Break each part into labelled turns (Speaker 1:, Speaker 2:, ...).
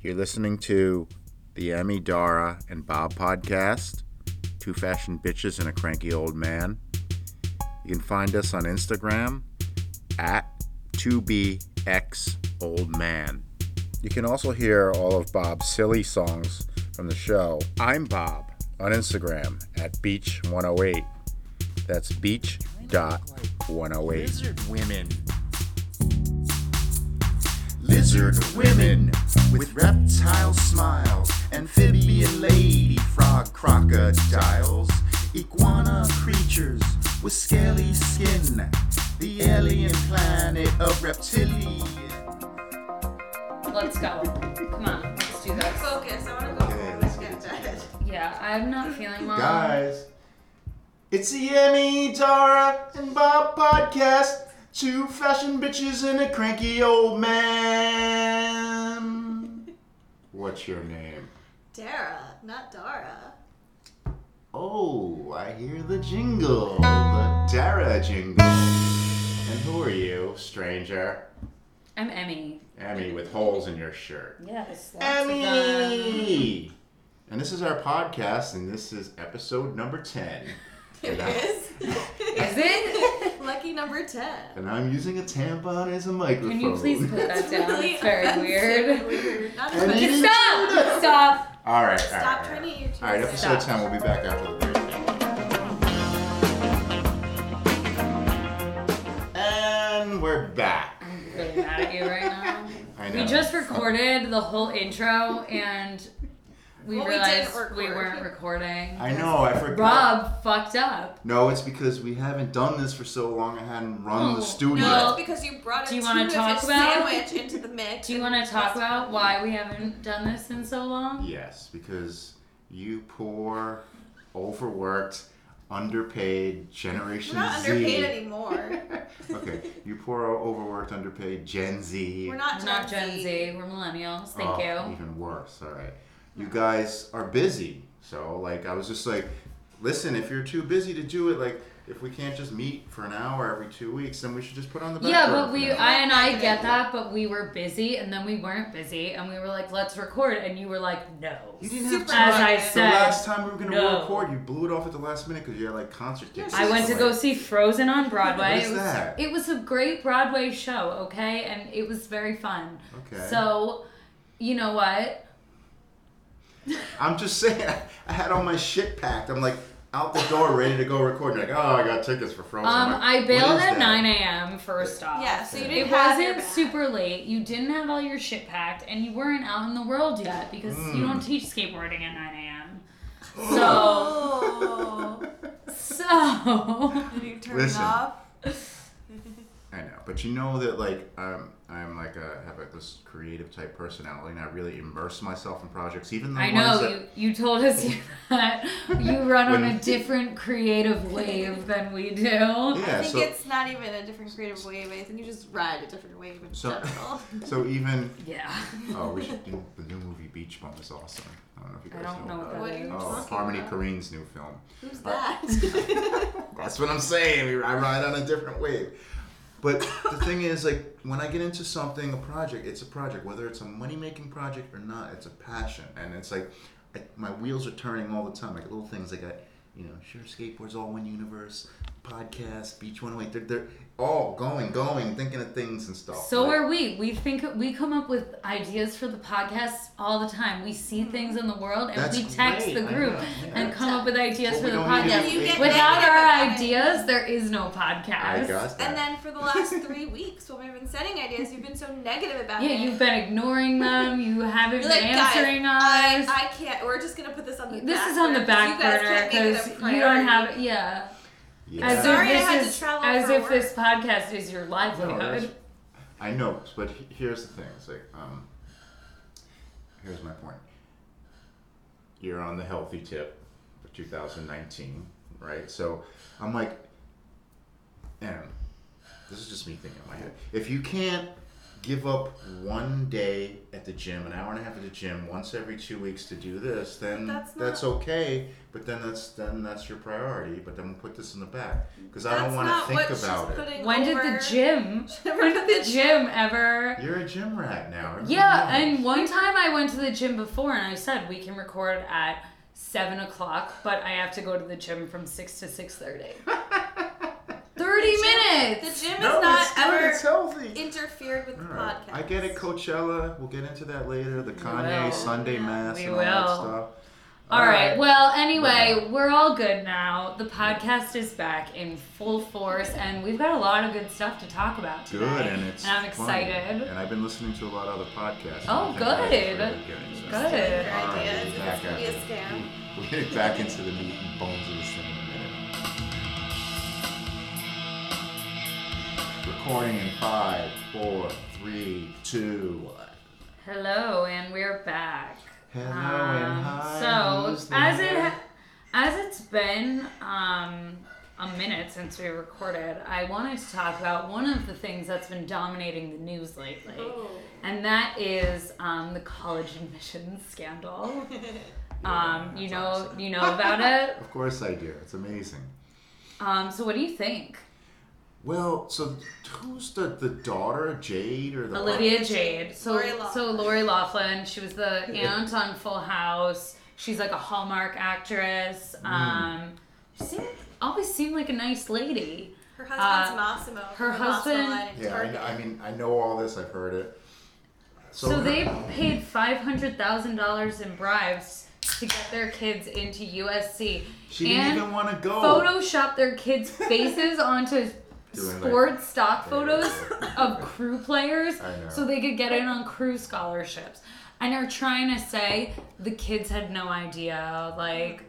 Speaker 1: You're listening to the Emmy, Dara, and Bob podcast Two Fashion Bitches and a Cranky Old Man. You can find us on Instagram at 2BX Old Man. You can also hear all of Bob's silly songs from the show I'm Bob on Instagram at Beach108. That's beach dot 108.
Speaker 2: Lizard women. Lizard women with reptile smiles, amphibian lady frog crocodiles, iguana creatures with scaly skin, the alien planet of reptilian.
Speaker 3: Let's go. Come on, let's do this.
Speaker 4: Focus. I want to go okay, let's get that.
Speaker 3: Yeah, I'm not feeling well.
Speaker 2: Guys, it's the Emmy, Dara, and Bob podcast. Two fashion bitches and a cranky old man.
Speaker 1: What's your name?
Speaker 4: Dara, not Dara.
Speaker 2: Oh, I hear the jingle, the Dara jingle.
Speaker 1: And who are you, stranger?
Speaker 3: I'm Emmy.
Speaker 1: Emmy with holes in your shirt.
Speaker 3: Yes.
Speaker 2: Emmy!
Speaker 1: And this is our podcast, and this is episode number 10.
Speaker 4: It is.
Speaker 3: Is it?
Speaker 4: Lucky number 10.
Speaker 2: And I'm using a tampon as a microphone.
Speaker 3: Can you please put that down?
Speaker 4: Really
Speaker 3: It's very
Speaker 4: offensive,
Speaker 3: weird.
Speaker 4: weird. Not
Speaker 2: And
Speaker 4: offensive.
Speaker 2: it-
Speaker 3: Stop! Stop!
Speaker 1: All right. all
Speaker 4: Stop
Speaker 1: right,
Speaker 4: turning your
Speaker 1: All right, episode
Speaker 4: Stop.
Speaker 1: 10. We'll be back after the break.
Speaker 2: And we're back.
Speaker 3: I'm really mad at you right now.
Speaker 1: I know.
Speaker 3: We just recorded the whole intro and we
Speaker 4: Well, we
Speaker 3: realized
Speaker 4: didn't record.
Speaker 3: we, weren't recording.
Speaker 2: I know, I forgot.
Speaker 3: Rob fucked up.
Speaker 2: No, it's because we haven't done this for so long. I hadn't run
Speaker 3: Oh,
Speaker 2: the studio.
Speaker 4: No,
Speaker 3: Well,
Speaker 4: it's because you brought a
Speaker 3: do you
Speaker 4: want
Speaker 3: wanna
Speaker 4: to
Speaker 3: talk about-
Speaker 4: sandwich into the mix.
Speaker 3: Do you want to talk about why we haven't done this in so long?
Speaker 2: Yes, because you poor, overworked, underpaid Generation
Speaker 4: We're not
Speaker 2: Z.
Speaker 4: underpaid anymore.
Speaker 2: okay, you poor, overworked, underpaid Gen Z.
Speaker 4: We're not
Speaker 3: We're
Speaker 4: Gen,
Speaker 3: not Gen Z. We're millennials. Thank
Speaker 2: Oh,
Speaker 3: you.
Speaker 2: Even worse. All right. You guys are busy. So, like, I was just like, listen, if you're too busy to do it, like, if we can't just meet for an hour every two weeks, then we should just put on the back
Speaker 3: Yeah,
Speaker 2: burner
Speaker 3: but
Speaker 2: for
Speaker 3: we,
Speaker 2: now.
Speaker 3: I and I get that, but we were busy and then we weren't busy and we were like, let's record. And you were like, no.
Speaker 2: You didn't have
Speaker 4: Super
Speaker 2: time.
Speaker 3: As I
Speaker 4: The
Speaker 2: the last
Speaker 3: said,
Speaker 2: time we were gonna
Speaker 3: no.
Speaker 2: record, you blew it off at the last minute because you had like concert tickets.
Speaker 3: I went to go see Frozen on Broadway.
Speaker 2: What is
Speaker 3: it, was,
Speaker 2: that?
Speaker 3: it was a great Broadway show, okay? And it was very fun.
Speaker 2: Okay.
Speaker 3: So, you know what?
Speaker 2: I'm just saying, I had all my shit packed. I'm like out the door, ready to go record. You're like, oh, I got tickets for Frozen. I'm
Speaker 3: Um,
Speaker 2: like,
Speaker 3: I
Speaker 2: "What
Speaker 3: bailed
Speaker 2: is
Speaker 3: at
Speaker 2: that?"
Speaker 3: 9 a.m. first off.
Speaker 4: Yeah, so you didn't
Speaker 3: It
Speaker 4: have your
Speaker 3: wasn't
Speaker 4: bag.
Speaker 3: super late. You didn't have all your shit packed, and you weren't out in the world yet because
Speaker 2: Mm.
Speaker 3: you don't teach skateboarding at 9 a.m. So,
Speaker 4: Oh.
Speaker 3: so
Speaker 4: Did you turn
Speaker 2: Listen.
Speaker 4: it off?
Speaker 2: I know, but you know that like I'm I'm like a have like this creative type personality, and I really immerse myself in projects, even the
Speaker 3: I
Speaker 2: ones
Speaker 3: know
Speaker 2: that
Speaker 3: you. You told us you- that you run on
Speaker 2: When-
Speaker 3: a different creative wave than we do.
Speaker 2: yeah.
Speaker 4: I think
Speaker 2: so
Speaker 4: it's not even a different creative wave. I think you just ride a different wave in
Speaker 2: So-
Speaker 4: general.
Speaker 2: so even
Speaker 3: Yeah,
Speaker 2: oh, we should do the new movie Beach Bum is awesome. I don't know if you
Speaker 3: I
Speaker 2: guys
Speaker 3: don't know
Speaker 2: about it.
Speaker 3: what
Speaker 4: What
Speaker 3: that
Speaker 4: are you
Speaker 3: is.
Speaker 2: Oh,
Speaker 4: talking
Speaker 2: Harmony
Speaker 4: about?
Speaker 2: Korine's new film.
Speaker 4: Who's that?
Speaker 2: That's what I'm saying. We- I ride on a different wave. But the thing is, like, when I get into something, a project, it's a project. Whether it's a money making project or not, it's a passion. And it's like, I, my wheels are turning all the time. Like, little things like, I, you know, sure, skateboards, all one universe, podcast, beach one way. They're, they're all going, going, thinking of things and stuff.
Speaker 3: So
Speaker 2: Like,
Speaker 3: are we. We think we come up with ideas for the podcast all the time. We
Speaker 4: Mm-hmm.
Speaker 3: see things in the world and
Speaker 2: That's
Speaker 3: we text
Speaker 2: great.
Speaker 3: the
Speaker 2: I
Speaker 3: group
Speaker 2: know, yeah.
Speaker 3: and come up with ideas
Speaker 2: Well,
Speaker 3: for
Speaker 2: we
Speaker 3: the
Speaker 2: don't need
Speaker 3: podcast.
Speaker 2: to
Speaker 4: You get
Speaker 3: Without
Speaker 4: negative
Speaker 3: our
Speaker 4: about it.
Speaker 3: ideas, there is no podcast.
Speaker 2: I got that.
Speaker 4: And then for the last three weeks, when we've been sending ideas, you've been so negative about
Speaker 3: Yeah,
Speaker 4: it.
Speaker 3: you've been ignoring them. You haven't
Speaker 4: You're
Speaker 3: been
Speaker 4: like,
Speaker 3: answering
Speaker 4: guys,
Speaker 3: us.
Speaker 4: I, I can't. We're just gonna put this on the.
Speaker 3: this
Speaker 4: back
Speaker 3: is on the
Speaker 4: burner
Speaker 3: back burner
Speaker 4: because you guys
Speaker 3: because
Speaker 4: can't make it a
Speaker 3: you don't
Speaker 4: priority.
Speaker 3: have. Yeah.
Speaker 2: yeah.
Speaker 3: As
Speaker 4: Sorry I
Speaker 3: if this
Speaker 4: had to
Speaker 3: is
Speaker 4: travel
Speaker 3: as
Speaker 4: for
Speaker 3: if
Speaker 4: work.
Speaker 3: this podcast is your
Speaker 2: No,
Speaker 3: livelihood.
Speaker 2: that's- Oh, I know, but he- here's the thing. It's like, um, here's my point. You're on the healthy tip for 2019, right? So I'm like, and this is just me thinking in my head. If you can't give up one day at the gym, an hour and a half at the gym, once every two weeks to do this, then
Speaker 4: That's
Speaker 2: that's,
Speaker 4: not-
Speaker 2: okay. But then that's then that's your priority. But then we'll put this in the back because I
Speaker 4: That's
Speaker 2: don't want
Speaker 4: not
Speaker 2: to think
Speaker 4: what she's
Speaker 2: about it.
Speaker 4: putting
Speaker 3: When did
Speaker 4: over.
Speaker 3: the gym?
Speaker 4: Never
Speaker 3: When
Speaker 4: did
Speaker 3: did
Speaker 4: the
Speaker 3: the gym ever?
Speaker 2: You're a gym rat now. everyone
Speaker 3: Yeah,
Speaker 2: knows.
Speaker 3: and one time I went to the gym before and I said we can record at seven o'clock, but I have to go to the gym from sym to six thirty. Thirty
Speaker 4: The
Speaker 3: minutes.
Speaker 4: gym
Speaker 2: no,
Speaker 4: is not
Speaker 2: it's good.
Speaker 4: ever
Speaker 2: It's healthy.
Speaker 4: interfered with the
Speaker 2: All right.
Speaker 4: podcast.
Speaker 2: I get it, Coachella. We'll get into that later. The Kanye
Speaker 3: will.
Speaker 2: Sunday
Speaker 4: Yeah,
Speaker 2: Mass
Speaker 3: we
Speaker 2: and all that
Speaker 3: will.
Speaker 2: stuff.
Speaker 3: All right. Well, anyway, we're all good now. The podcast is back in full force, and we've got a lot of good stuff to talk about today.
Speaker 2: Good, and it's
Speaker 3: I'm
Speaker 2: fun.
Speaker 3: excited.
Speaker 2: And I've been listening to a lot of other podcasts.
Speaker 3: Oh,
Speaker 2: and I think
Speaker 3: good.
Speaker 2: that's really good. So-
Speaker 3: Good.
Speaker 4: Your
Speaker 2: All right,
Speaker 4: idea
Speaker 2: we'll
Speaker 4: is
Speaker 2: be
Speaker 4: it's
Speaker 2: back
Speaker 4: gonna be a
Speaker 2: after this.
Speaker 4: scam.
Speaker 2: We're getting back into the meat and bones of this thing in a minute. Recording in five, four, three, two, one.
Speaker 3: Hello, and we're back.
Speaker 2: Hello
Speaker 3: Um,
Speaker 2: and hi. who's
Speaker 3: So as it
Speaker 2: there?
Speaker 3: ha- as it's been um, a minute since we recorded, I wanted to talk about one of the things that's been dominating the news lately,
Speaker 4: Oh.
Speaker 3: and that is um, the college admissions scandal. Um, you
Speaker 2: that's
Speaker 3: know,
Speaker 2: awesome.
Speaker 3: you know about it.
Speaker 2: Of course I do. It's amazing.
Speaker 3: Um, so what do you think,
Speaker 2: Well, so who's the, the daughter, Jade or the
Speaker 3: Olivia Jade? So
Speaker 4: Lori
Speaker 3: so
Speaker 4: Loughlin.
Speaker 3: Lori Laughlin, she was the aunt on Full House. She's like a Hallmark actress.
Speaker 2: Mm.
Speaker 3: Um, she seemed, always seemed like a nice lady.
Speaker 4: Her husband's
Speaker 3: Uh,
Speaker 4: Massimo.
Speaker 3: her
Speaker 4: from Massimo
Speaker 3: husband-
Speaker 4: Line and
Speaker 2: Yeah, I,
Speaker 4: Target.
Speaker 2: know, I mean, I know all this. I've heard it.
Speaker 3: So, they paid five hundred thousand dollars in bribes to get their kids into USC
Speaker 2: She
Speaker 3: and
Speaker 2: didn't even want to go.
Speaker 3: Photoshop their kids' faces onto
Speaker 2: Oh. Doing like-
Speaker 3: sports stock photos
Speaker 2: Yeah.
Speaker 3: of crew players
Speaker 2: I know.
Speaker 3: so they could get in on crew scholarships. And are trying to say the kids had no idea. Like,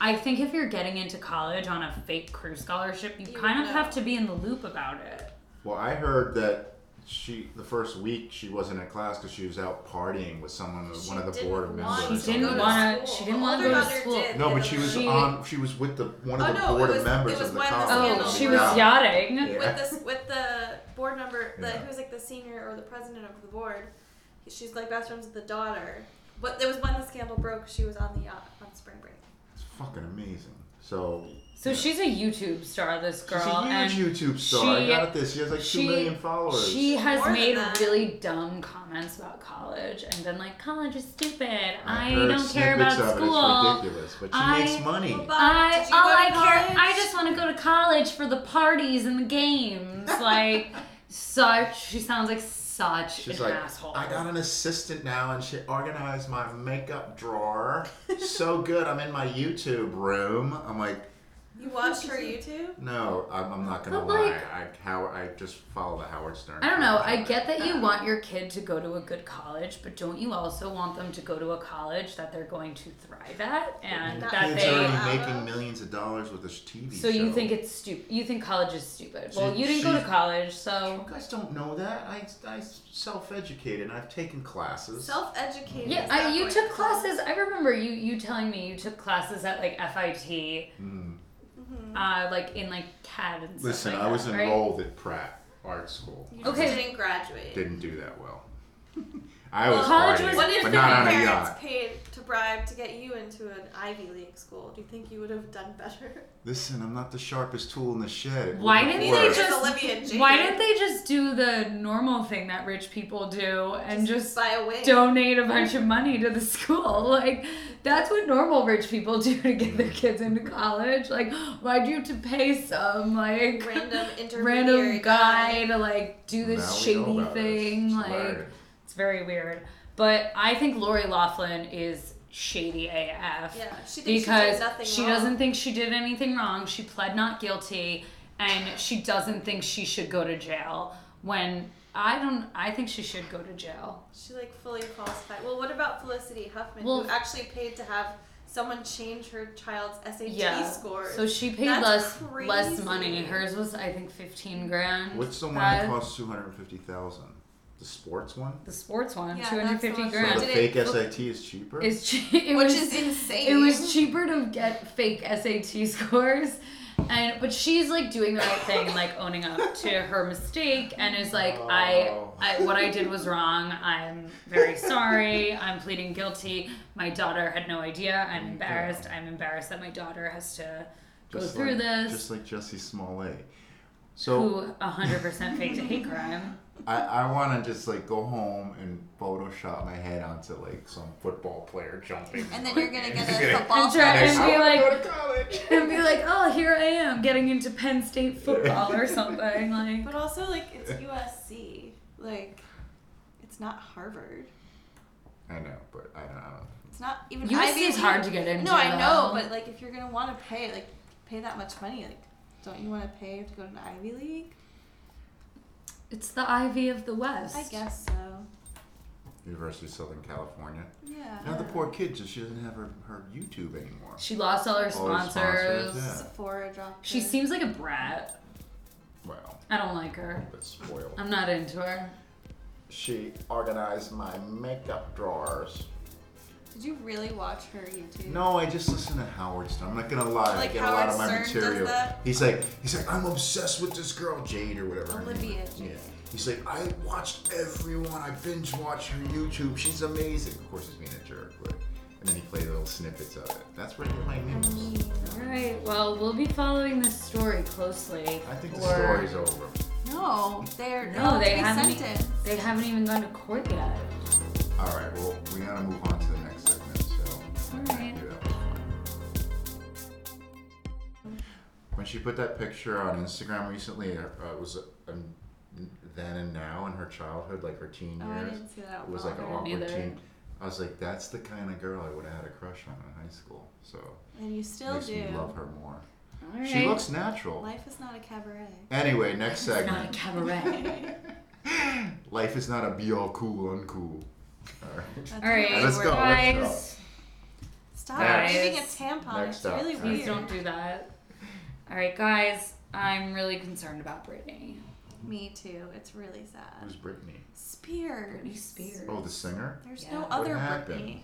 Speaker 3: I think if you're getting into college on a fake crew scholarship, you,
Speaker 4: You
Speaker 3: kind of
Speaker 4: know.
Speaker 3: have to be in the loop about it.
Speaker 2: Well, I heard that she the first week she wasn't at class because she was out partying with someone,
Speaker 4: She
Speaker 2: one of the
Speaker 4: didn't
Speaker 2: board members.
Speaker 4: want
Speaker 2: or
Speaker 3: She
Speaker 2: something.
Speaker 3: didn't
Speaker 4: wanna-
Speaker 3: want to.
Speaker 4: school.
Speaker 3: She didn't
Speaker 4: Her
Speaker 3: want to go to
Speaker 4: mother
Speaker 3: school.
Speaker 4: did.
Speaker 2: No, but she was
Speaker 3: She-
Speaker 2: on. She was with the one of
Speaker 4: Oh,
Speaker 2: the
Speaker 4: no, it
Speaker 2: board
Speaker 4: was-
Speaker 2: of members
Speaker 4: it was
Speaker 2: of the
Speaker 4: when the
Speaker 2: college.
Speaker 3: Oh,
Speaker 4: scandal
Speaker 3: she
Speaker 4: Yeah.
Speaker 3: was
Speaker 4: young.
Speaker 3: yachting.
Speaker 2: Yeah.
Speaker 4: with this with the board member the
Speaker 2: Yeah.
Speaker 4: who was like the senior or the president of the board she's like best friends with the daughter but there was when the scandal broke she was on the yacht on spring break
Speaker 2: It's fucking amazing. So
Speaker 3: So
Speaker 2: Yeah.
Speaker 3: she's a YouTube star, this girl. and
Speaker 2: she's a huge YouTube star.
Speaker 3: she-
Speaker 2: I got this. She has like
Speaker 3: she-
Speaker 2: two million followers.
Speaker 3: She has
Speaker 4: More than
Speaker 3: made
Speaker 4: that.
Speaker 3: really dumb commenents about college and been like, college is stupid. I,
Speaker 2: heard
Speaker 3: don't care about
Speaker 2: snippets of
Speaker 3: school.
Speaker 2: It. It's ridiculous, but she
Speaker 3: I-
Speaker 2: makes money.
Speaker 4: Well, Bob,
Speaker 3: I
Speaker 4: did you
Speaker 3: all
Speaker 4: go to
Speaker 3: I care
Speaker 4: college?
Speaker 3: I just want to go to college for the parties and the games. Like such she sounds like such
Speaker 2: She's
Speaker 3: an
Speaker 2: like,
Speaker 3: asshole.
Speaker 2: I got an assistant now, and she organized my makeup drawer. so good, I'm in my YouTube room. I'm like,
Speaker 4: you watched her youtube
Speaker 2: no, I'm, I'm not gonna
Speaker 3: But,
Speaker 2: lie.
Speaker 3: like-
Speaker 2: I how I just follow the Howard Stern.
Speaker 3: I don't know. I get that you want your kid to go to a good college, but don't you also want them to go to a college that they're going to thrive at and
Speaker 4: Kids
Speaker 3: that
Speaker 2: Kids
Speaker 3: they uh,
Speaker 2: already making millions of dollars with this TV
Speaker 3: So
Speaker 2: show.
Speaker 3: you think it's stupid? You think college is stupid? well,
Speaker 2: She-
Speaker 3: you didn't go to
Speaker 2: she-
Speaker 3: college,
Speaker 2: You
Speaker 3: so
Speaker 2: guys don't know that. I I self-educated. and I've taken classes.
Speaker 4: self-educated
Speaker 3: yeah.
Speaker 4: is
Speaker 3: I,
Speaker 4: not
Speaker 3: you
Speaker 4: going
Speaker 3: took
Speaker 4: to-
Speaker 3: classes. I remember you you telling me you took classes at like FIT,
Speaker 2: Mm.
Speaker 4: Mm-hmm.
Speaker 3: uh, like in like CAD and stuff.
Speaker 2: Listen,
Speaker 3: like
Speaker 2: I was
Speaker 3: that, right?
Speaker 2: enrolled at Pratt Art School.
Speaker 4: you just
Speaker 3: Okay.
Speaker 4: didn't graduate
Speaker 2: Didn't do that well. I was
Speaker 3: college
Speaker 2: partying,
Speaker 3: was-
Speaker 4: what if
Speaker 2: but
Speaker 4: your
Speaker 2: not on a
Speaker 4: parents
Speaker 2: yacht.
Speaker 4: paid to bribe to get you into an Ivy League school? Do you think you would have done better?
Speaker 2: Listen, I'm not the sharpest tool in the shed. It
Speaker 3: Why
Speaker 2: wouldn't
Speaker 3: didn't
Speaker 2: work.
Speaker 3: they
Speaker 4: Neither is
Speaker 3: just?
Speaker 4: Olivia Jade.
Speaker 3: Why didn't they just do the normal thing that rich people do and just,
Speaker 4: by a wig?
Speaker 3: donate a bunch of money to the school? Like that's what normal rich people do to get their kids into college. Like why'd you have to pay some like
Speaker 4: random
Speaker 3: random
Speaker 4: intermediary
Speaker 3: guy to like do
Speaker 2: Now
Speaker 3: this
Speaker 2: we know
Speaker 3: shady
Speaker 2: about it.
Speaker 3: thing.
Speaker 2: It's
Speaker 3: like
Speaker 2: weird.
Speaker 3: it's very weird. But I think Lori Laughlin is shady AF.
Speaker 4: Yeah, she thinks she
Speaker 3: Because
Speaker 4: did nothing
Speaker 3: she
Speaker 4: wrong.
Speaker 3: doesn't think she did anything wrong. She pled not guilty and she doesn't think she should go to jail when I don't I think she should go to jail.
Speaker 4: She like fully falsified. Well, what about Felicity Huffman,
Speaker 3: Well-
Speaker 4: who actually paid to have someone change her child's SAT
Speaker 3: Yeah.
Speaker 4: score?
Speaker 3: So she paid
Speaker 4: That's
Speaker 3: less less
Speaker 4: crazy.
Speaker 3: money. Hers was I think fifteen grand.
Speaker 2: What's the one that
Speaker 3: Uh,
Speaker 2: costs two hundred fifty thousand? The sports one.
Speaker 3: the sports one,
Speaker 4: Yeah,
Speaker 3: two hundred
Speaker 4: that's the
Speaker 3: fifty
Speaker 4: one. So
Speaker 2: So
Speaker 3: grand.
Speaker 2: the
Speaker 4: Did
Speaker 2: fake
Speaker 4: it-
Speaker 2: SAT is cheaper.
Speaker 3: It's che- it
Speaker 4: which
Speaker 3: was,
Speaker 4: is insane.
Speaker 3: It was cheaper to get fake SAT scores And but she's like doing the right thing, and, like owning up to her mistake, and is like, I,
Speaker 2: Oh.
Speaker 3: I, what I did was wrong. I'm very sorry. I'm pleading guilty. My daughter had no idea. I'm embarrassed. I'm embarrassed that my daughter has to go
Speaker 2: Just
Speaker 3: through
Speaker 2: like,
Speaker 3: this.
Speaker 2: Just like Jesse Smollett. So
Speaker 3: Who 100% faked a hate crime?
Speaker 2: I, I want to just like go home and Photoshop my head onto like some football player jumping.
Speaker 4: And then you're gonna get
Speaker 2: Just
Speaker 4: a football
Speaker 3: And try-
Speaker 4: fetish.
Speaker 3: and be
Speaker 2: I
Speaker 3: like,
Speaker 2: wanna go to college.
Speaker 3: and be like, oh, here I am getting into Penn State football or something. Like,
Speaker 4: But also, like, it's USC. Like, it's not Harvard.
Speaker 2: I know, but I don't. I don't.
Speaker 4: It's not even
Speaker 3: USC
Speaker 4: Ivy
Speaker 3: is hard
Speaker 4: League.
Speaker 3: to get into.
Speaker 4: No, I know,
Speaker 3: though.
Speaker 4: but like, if you're gonna want to pay, like, pay that much money, like, don't you want to pay to go to an Ivy League?
Speaker 3: it's the Ivy of the West.
Speaker 4: I guess so.
Speaker 2: University of Southern California.
Speaker 4: Yeah.
Speaker 2: Now the poor kid just she doesn't have her, her YouTube anymore.
Speaker 3: She lost all her
Speaker 2: All her
Speaker 3: sponsors.
Speaker 2: sponsors, yeah.
Speaker 4: Sephora dropped.
Speaker 3: She
Speaker 4: her.
Speaker 3: seems like a brat.
Speaker 2: Well,
Speaker 3: I don't like her.
Speaker 2: that's spoiled.
Speaker 3: I'm not into her.
Speaker 2: She organized my makeup drawers.
Speaker 4: Did you really watch her YouTube?
Speaker 2: No, I just listen to Howard Stern. I'm not gonna lie, I
Speaker 4: Like
Speaker 2: get a lot
Speaker 4: Howard
Speaker 2: of my
Speaker 4: Stern does
Speaker 2: material.
Speaker 4: that?
Speaker 2: He's like, he's like, I'm obsessed with this girl Jade or whatever. her name
Speaker 4: Olivia
Speaker 2: is."
Speaker 4: Jade.
Speaker 2: Yeah. He's like, I watched everyone. I binge watched her YouTube. She's amazing. Of course, he's being a jerk, but and then he played little snippets of it. That's where I get my news.
Speaker 3: All right. Well, we'll be following this story closely.
Speaker 2: I think the
Speaker 3: or-
Speaker 2: story's over.
Speaker 4: No, they're
Speaker 3: No, they
Speaker 4: they
Speaker 3: haven't. e-
Speaker 4: sentenced.
Speaker 3: They haven't even gone to court yet.
Speaker 2: All right, well, we gotta move on to the next segment. So.
Speaker 3: All right.
Speaker 2: Thank you, that was fun. When she put that picture on Instagram recently, uh, it was um, then and now in her childhood, like her teen
Speaker 4: Oh, I
Speaker 2: years.
Speaker 4: didn't see that.
Speaker 2: It was like an
Speaker 4: one.
Speaker 2: awkward
Speaker 3: Neither.
Speaker 2: teen. I was like, that's the kind of girl I would have had a crush on in high school. So
Speaker 4: And you still
Speaker 2: makes
Speaker 4: do.
Speaker 2: me love her more.
Speaker 3: All right.
Speaker 2: She looks natural.
Speaker 4: Life is not a cabaret.
Speaker 2: anyway, next
Speaker 3: It's not
Speaker 2: segment.
Speaker 3: a cabaret.
Speaker 2: Life is not a be all cool uncool. All right.
Speaker 4: That's
Speaker 3: All right,
Speaker 4: really
Speaker 2: Let's go,
Speaker 4: weird.
Speaker 2: let's go.
Speaker 3: guys.
Speaker 4: Stop
Speaker 2: Next.
Speaker 4: leaving a tampon.
Speaker 2: Next
Speaker 4: it's
Speaker 2: up.
Speaker 4: really
Speaker 2: Please
Speaker 4: weird.
Speaker 3: Please don't do that. All right, guys. I'm really concerned about Brittany.
Speaker 4: Me too. It's really sad.
Speaker 2: Who's Brittany?
Speaker 4: Spears.
Speaker 3: Brittany Spears.
Speaker 2: Oh, the singer?
Speaker 4: There's
Speaker 3: Yeah.
Speaker 4: no
Speaker 3: What
Speaker 4: other
Speaker 2: happened?
Speaker 4: Britney.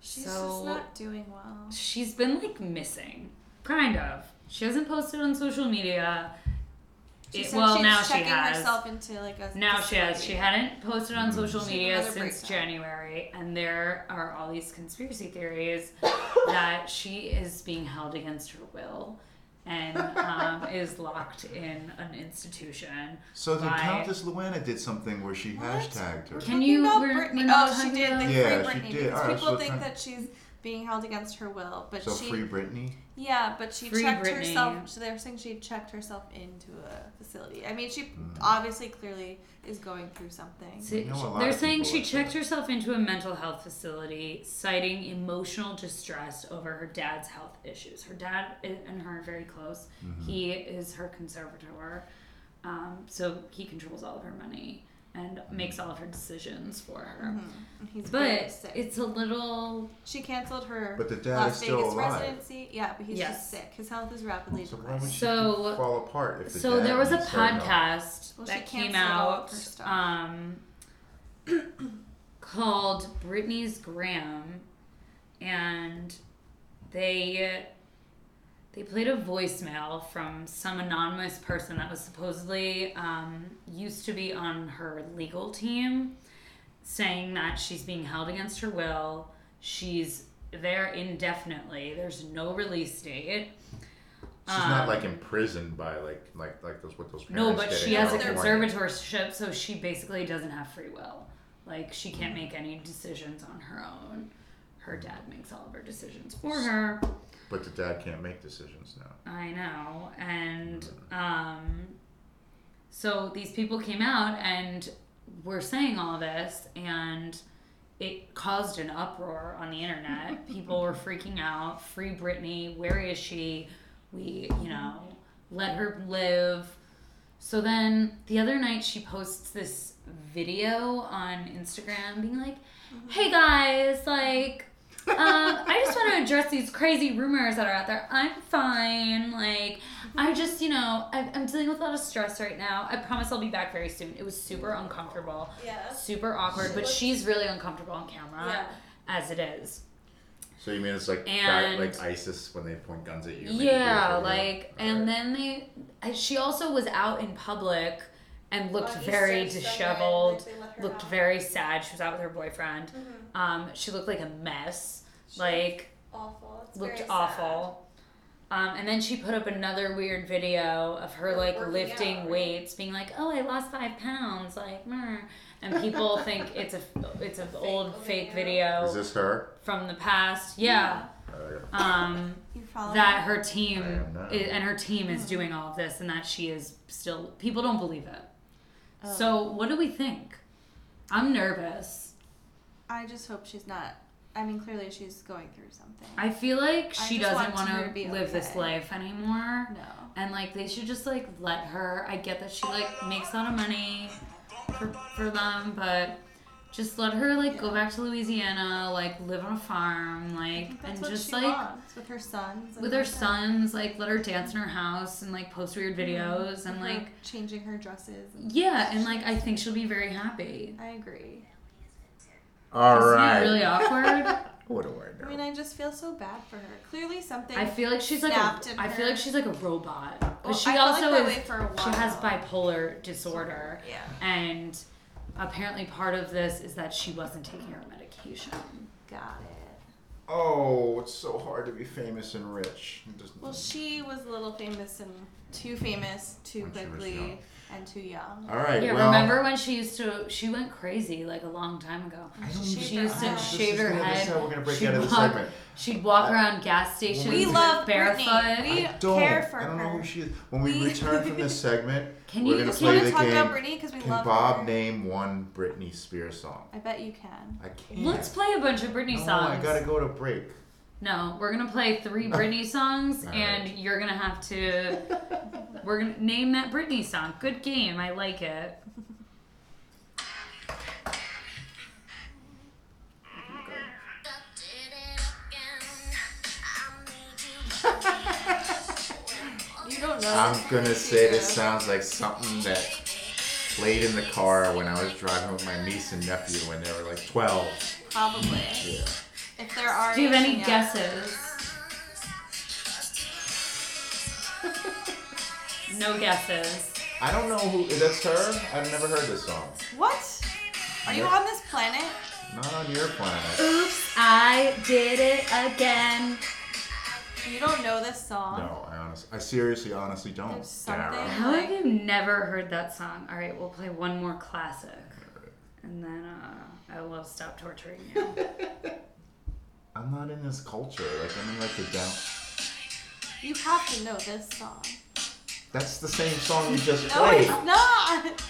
Speaker 4: She's
Speaker 3: So-
Speaker 4: just not doing well.
Speaker 3: She's been like missing, kind of. She hasn't posted on social media.
Speaker 4: She
Speaker 3: It-
Speaker 4: said
Speaker 3: well,
Speaker 4: she's
Speaker 3: now she
Speaker 4: checking
Speaker 3: has.
Speaker 4: herself into like a.
Speaker 3: Now she has. She
Speaker 4: facility.
Speaker 3: hadn't posted on social
Speaker 4: She had
Speaker 3: media
Speaker 4: another
Speaker 3: since
Speaker 4: breakdown.
Speaker 3: January, and there are all these conspiracy theories that she is being held against her will and um, is locked in an institution.
Speaker 2: So the
Speaker 3: by-
Speaker 2: Countess Luana did something where she
Speaker 4: What?
Speaker 2: hashtagged her.
Speaker 4: We're
Speaker 3: Can
Speaker 4: talking
Speaker 3: you-
Speaker 4: About
Speaker 3: we're-
Speaker 4: Britney.
Speaker 3: we're not
Speaker 4: oh, she
Speaker 3: talking
Speaker 4: did.
Speaker 3: about-
Speaker 4: Like,
Speaker 2: Yeah,
Speaker 4: free
Speaker 2: she
Speaker 4: Britney
Speaker 2: did.
Speaker 4: Because
Speaker 2: Alright,
Speaker 4: people
Speaker 2: so
Speaker 4: think
Speaker 2: fine.
Speaker 4: that she's being held against her will, but
Speaker 2: So
Speaker 4: she.
Speaker 2: free Britney.
Speaker 4: Yeah, but she
Speaker 3: Free
Speaker 4: checked
Speaker 3: Britney.
Speaker 4: herself. So they're saying she checked herself into a facility. I mean, she
Speaker 2: Mm.
Speaker 4: obviously clearly is going through something.
Speaker 3: So
Speaker 2: You know a lot
Speaker 3: they're
Speaker 2: of
Speaker 3: saying
Speaker 2: people
Speaker 3: she
Speaker 2: like
Speaker 3: checked
Speaker 2: that.
Speaker 3: herself into a mental health facility, citing emotional distress over her dad's health issues. Her dad i- and her are very close.
Speaker 2: Mm-hmm.
Speaker 3: He is her conservator, um, so he controls all of her money and makes
Speaker 2: Mm-hmm.
Speaker 3: all of her decisions for her.
Speaker 4: And He's very
Speaker 3: But
Speaker 4: sick.
Speaker 3: it's a little.
Speaker 4: she canceled her
Speaker 2: But the dad
Speaker 4: Las
Speaker 2: is still
Speaker 4: Vegas
Speaker 2: alive.
Speaker 4: residency. Yeah, but he's
Speaker 3: Yes.
Speaker 4: just sick. His health is rapidly
Speaker 2: So why would
Speaker 4: declining.
Speaker 2: she
Speaker 3: So-
Speaker 2: fall apart if the
Speaker 3: So
Speaker 2: dad
Speaker 3: there was a
Speaker 2: didn't start it off?
Speaker 3: podcast
Speaker 4: Well, she
Speaker 3: that came
Speaker 4: canceled all of
Speaker 3: out
Speaker 4: her stuff.
Speaker 3: um, called Britney's Gram, and they they played a voicemail from some anonymous person that was supposedly um, used to be on her legal team, saying that she's being held against her will. She's there indefinitely. There's no release date.
Speaker 2: She's not
Speaker 3: Um,
Speaker 2: like imprisoned by like like like those what those parents
Speaker 3: No, but
Speaker 2: did
Speaker 3: she
Speaker 2: in
Speaker 3: has a
Speaker 2: California.
Speaker 3: conservatorship, so she basically doesn't have free will. Like she can't make any decisions on her own. Her dad makes all of her decisions for her.
Speaker 2: But the dad can't make decisions now.
Speaker 3: I know. And um so these people came out and were saying all this and it caused an uproar on the internet. People were freaking out. Free Britney, where is she? We, you know, let her live. So then the other night she posts this video on Instagram being like, hey guys, like, um, I just want to address these crazy rumors that are out there. I'm fine. Like, I just, you know, I, I'm dealing with a lot of stress right now. I promise I'll be back very soon. It was super uncomfortable
Speaker 4: Yeah.
Speaker 3: super awkward, but she's really uncomfortable on camera
Speaker 4: Yeah.
Speaker 3: as it is.
Speaker 2: So you mean it's like that,
Speaker 3: And-
Speaker 2: like ISIS when they point guns at you? make you do
Speaker 3: Yeah,
Speaker 2: it for you?
Speaker 3: like, and then they. I- She also was out in public and looked
Speaker 4: On Easter
Speaker 3: very
Speaker 4: Sunday,
Speaker 3: disheveled,
Speaker 4: like, they let her
Speaker 3: looked
Speaker 4: out.
Speaker 3: very sad. She was out with her boyfriend.
Speaker 4: Mhm.
Speaker 3: Um, she looked like a mess,
Speaker 4: She
Speaker 3: like
Speaker 4: awful. It's
Speaker 3: looked
Speaker 4: very sad.
Speaker 3: awful. Um, and then she put up another weird video of her
Speaker 4: Her
Speaker 3: like
Speaker 4: working
Speaker 3: lifting
Speaker 4: out, right?
Speaker 3: weights, being like, "Oh, I lost five pounds," like, "Mer," and people think it's a it's an old fake
Speaker 2: Is
Speaker 3: video
Speaker 2: this her?
Speaker 3: from the past. Yeah. Um,
Speaker 4: You follow
Speaker 3: that her
Speaker 2: I
Speaker 3: team
Speaker 2: am not.
Speaker 3: i and her team
Speaker 4: Hmm.
Speaker 3: is doing all of this, and that she is still people don't believe it.
Speaker 4: Oh.
Speaker 3: So what do we think? I'm nervous.
Speaker 4: I just hope she's not. I mean, clearly she's going through something.
Speaker 3: I feel like she
Speaker 4: just
Speaker 3: doesn't
Speaker 4: want her
Speaker 3: want
Speaker 4: to
Speaker 3: to
Speaker 4: be
Speaker 3: live this
Speaker 4: okay.
Speaker 3: life anymore.
Speaker 4: no.
Speaker 3: and like they should just like let her i get that she like makes a lot of money for, for them but just let her like go back to louisiana like live on a farm like
Speaker 4: That's
Speaker 3: and
Speaker 4: what
Speaker 3: just
Speaker 4: she
Speaker 3: like
Speaker 4: wants with her sons. and
Speaker 3: with her
Speaker 4: son.
Speaker 3: sons like let her dance in her house and like post weird
Speaker 4: Mm-hmm.
Speaker 3: videos and
Speaker 4: Her
Speaker 3: like
Speaker 4: changing her dresses. and-
Speaker 3: yeah and like i think she'll be very happy
Speaker 4: I agree.
Speaker 2: All
Speaker 3: Isn't it
Speaker 2: right.
Speaker 3: really awkward
Speaker 2: What do I know?
Speaker 4: I mean, I just feel so bad for her. Clearly, something.
Speaker 3: i feel like she's like a,
Speaker 4: Snapped in
Speaker 3: i feel
Speaker 4: her.
Speaker 3: like she's like a robot but
Speaker 4: Well,
Speaker 3: she
Speaker 4: I felt like
Speaker 3: also
Speaker 4: that
Speaker 3: is
Speaker 4: way for a
Speaker 3: she has
Speaker 4: while.
Speaker 3: bipolar disorder
Speaker 4: Yeah.
Speaker 3: And apparently, part of this is that she wasn't taking her medication.
Speaker 4: Got it.
Speaker 2: oh, it's so hard to be famous and rich. It doesn't-
Speaker 4: Well, she was a little famous and too famous too
Speaker 2: When she was
Speaker 4: quickly
Speaker 2: young.
Speaker 4: and too young.
Speaker 2: All right.
Speaker 3: Yeah,
Speaker 2: well,
Speaker 3: remember when she used to? She went crazy like a long time ago.
Speaker 2: I don't
Speaker 4: She
Speaker 2: even-
Speaker 3: She used
Speaker 4: Oh.
Speaker 3: to
Speaker 4: This
Speaker 3: shave
Speaker 2: is
Speaker 3: her
Speaker 2: gonna- this is
Speaker 3: head.
Speaker 2: how we're gonna break
Speaker 3: she'd
Speaker 2: out of this
Speaker 3: walk-
Speaker 2: segment. Uh,
Speaker 3: She'd walk around gas stations
Speaker 4: We love
Speaker 3: barefoot.
Speaker 4: Britney. We
Speaker 2: I don't.
Speaker 4: care for
Speaker 2: I don't know
Speaker 4: her.
Speaker 2: who she is. When we
Speaker 4: We-
Speaker 2: return from this segment,
Speaker 3: Can
Speaker 2: we're
Speaker 3: you-
Speaker 2: gonna
Speaker 3: can
Speaker 2: play
Speaker 3: you
Speaker 2: the
Speaker 4: talk
Speaker 2: game.
Speaker 4: about Britney? 'Cause we
Speaker 2: can
Speaker 4: love
Speaker 2: Bob
Speaker 4: her.
Speaker 2: name one Britney Spears song?
Speaker 4: I bet you can.
Speaker 2: I can't.
Speaker 3: Let's play a bunch of Britney
Speaker 2: No,
Speaker 3: songs.
Speaker 2: Oh, I gotta go to break.
Speaker 3: No, we're gonna play three Britney songs,
Speaker 2: All right.
Speaker 3: and you're gonna have to. We're gonna name that Britney song. Good game. I like it.
Speaker 4: You don't know.
Speaker 2: I'm gonna say this sounds like something that played in the car when I was driving with my niece and nephew when they were like 12.
Speaker 4: Probably.
Speaker 2: Yeah.
Speaker 4: If there are. uh,
Speaker 3: Do you have any
Speaker 4: yeah.
Speaker 3: guesses? no guesses.
Speaker 2: I don't know who. That's her? I've never heard this song.
Speaker 4: What? Are you on this planet?
Speaker 2: Not on your planet.
Speaker 3: Oops, I did it again.
Speaker 4: You don't know this song.
Speaker 2: No, I honestly, I seriously, honestly don't.
Speaker 4: Uh-huh. There's something-
Speaker 2: Dara.
Speaker 3: How have you never heard that song? All right, we'll play one more classic. And then uh, I will stop torturing you.
Speaker 2: I'm not in this culture. Like I'm in like the down.
Speaker 4: You have to know this song.
Speaker 2: That's the same song you just
Speaker 4: No, it's
Speaker 2: played.
Speaker 4: not.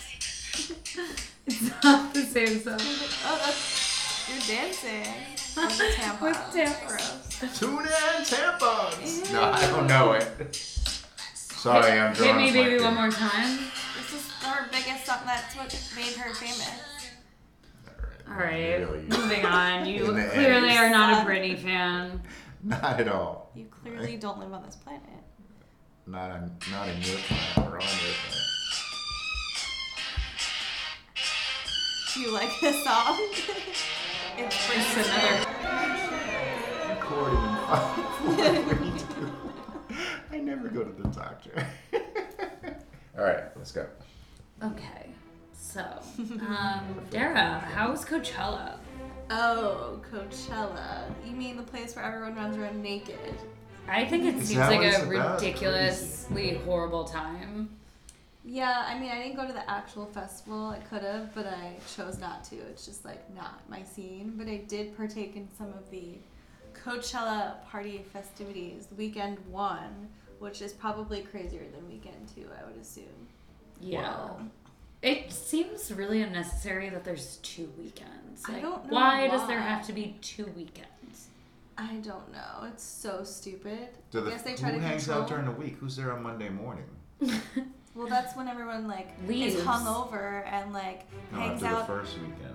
Speaker 3: it's not the same song.
Speaker 4: Oh, that's you're dancing. With tampons.
Speaker 3: With tampons.
Speaker 4: Gross.
Speaker 2: Tuna and tampons. No, I don't know it. Sorry, I'm
Speaker 3: Hit
Speaker 2: drawing.
Speaker 3: me,
Speaker 2: a
Speaker 3: baby,
Speaker 2: blank.
Speaker 3: one more time.
Speaker 4: This is her biggest song. That's what made her famous.
Speaker 3: All right,
Speaker 2: Really,
Speaker 3: moving on. You
Speaker 2: In the
Speaker 3: clearly
Speaker 2: end.
Speaker 3: are not
Speaker 4: Son.
Speaker 3: a Britney fan.
Speaker 2: not at all.
Speaker 4: You clearly don't live on this planet.
Speaker 2: Not on, not in your planet. We're on your planet.
Speaker 4: Do you like this song? it's
Speaker 3: It's
Speaker 4: Britney.
Speaker 3: another.
Speaker 2: Recording. I never go to the doctor. all right, let's go.
Speaker 3: Okay, so, um, Dara, how was Coachella?
Speaker 4: Oh, Coachella. You mean the place where everyone runs around naked?
Speaker 3: I think it
Speaker 2: Is
Speaker 3: seems
Speaker 2: that
Speaker 3: like
Speaker 2: what it's
Speaker 3: a
Speaker 2: about?
Speaker 3: ridiculously horrible time.
Speaker 4: Yeah, I mean, I didn't go to the actual festival. I could have, but I chose not to. It's just like not my scene. But I did partake in some of the Coachella party festivities. Weekend one, which is probably crazier than weekend two, I would assume.
Speaker 3: Yeah. It seems really unnecessary that there's two weekends.
Speaker 4: I
Speaker 3: Like,
Speaker 4: don't know
Speaker 3: why, does there
Speaker 4: why.
Speaker 3: have to be two weekends?
Speaker 4: I don't know. It's so stupid.
Speaker 2: Do
Speaker 4: I
Speaker 2: the,
Speaker 4: guess they
Speaker 2: who
Speaker 4: try to
Speaker 2: hangs
Speaker 4: control.
Speaker 2: out during the week? Who's there on Monday morning?
Speaker 4: well, that's when everyone like
Speaker 3: Leaves.
Speaker 4: is hungover and like
Speaker 2: No,
Speaker 4: hangs
Speaker 2: after
Speaker 4: out.
Speaker 2: the first weekend.
Speaker 3: Uh,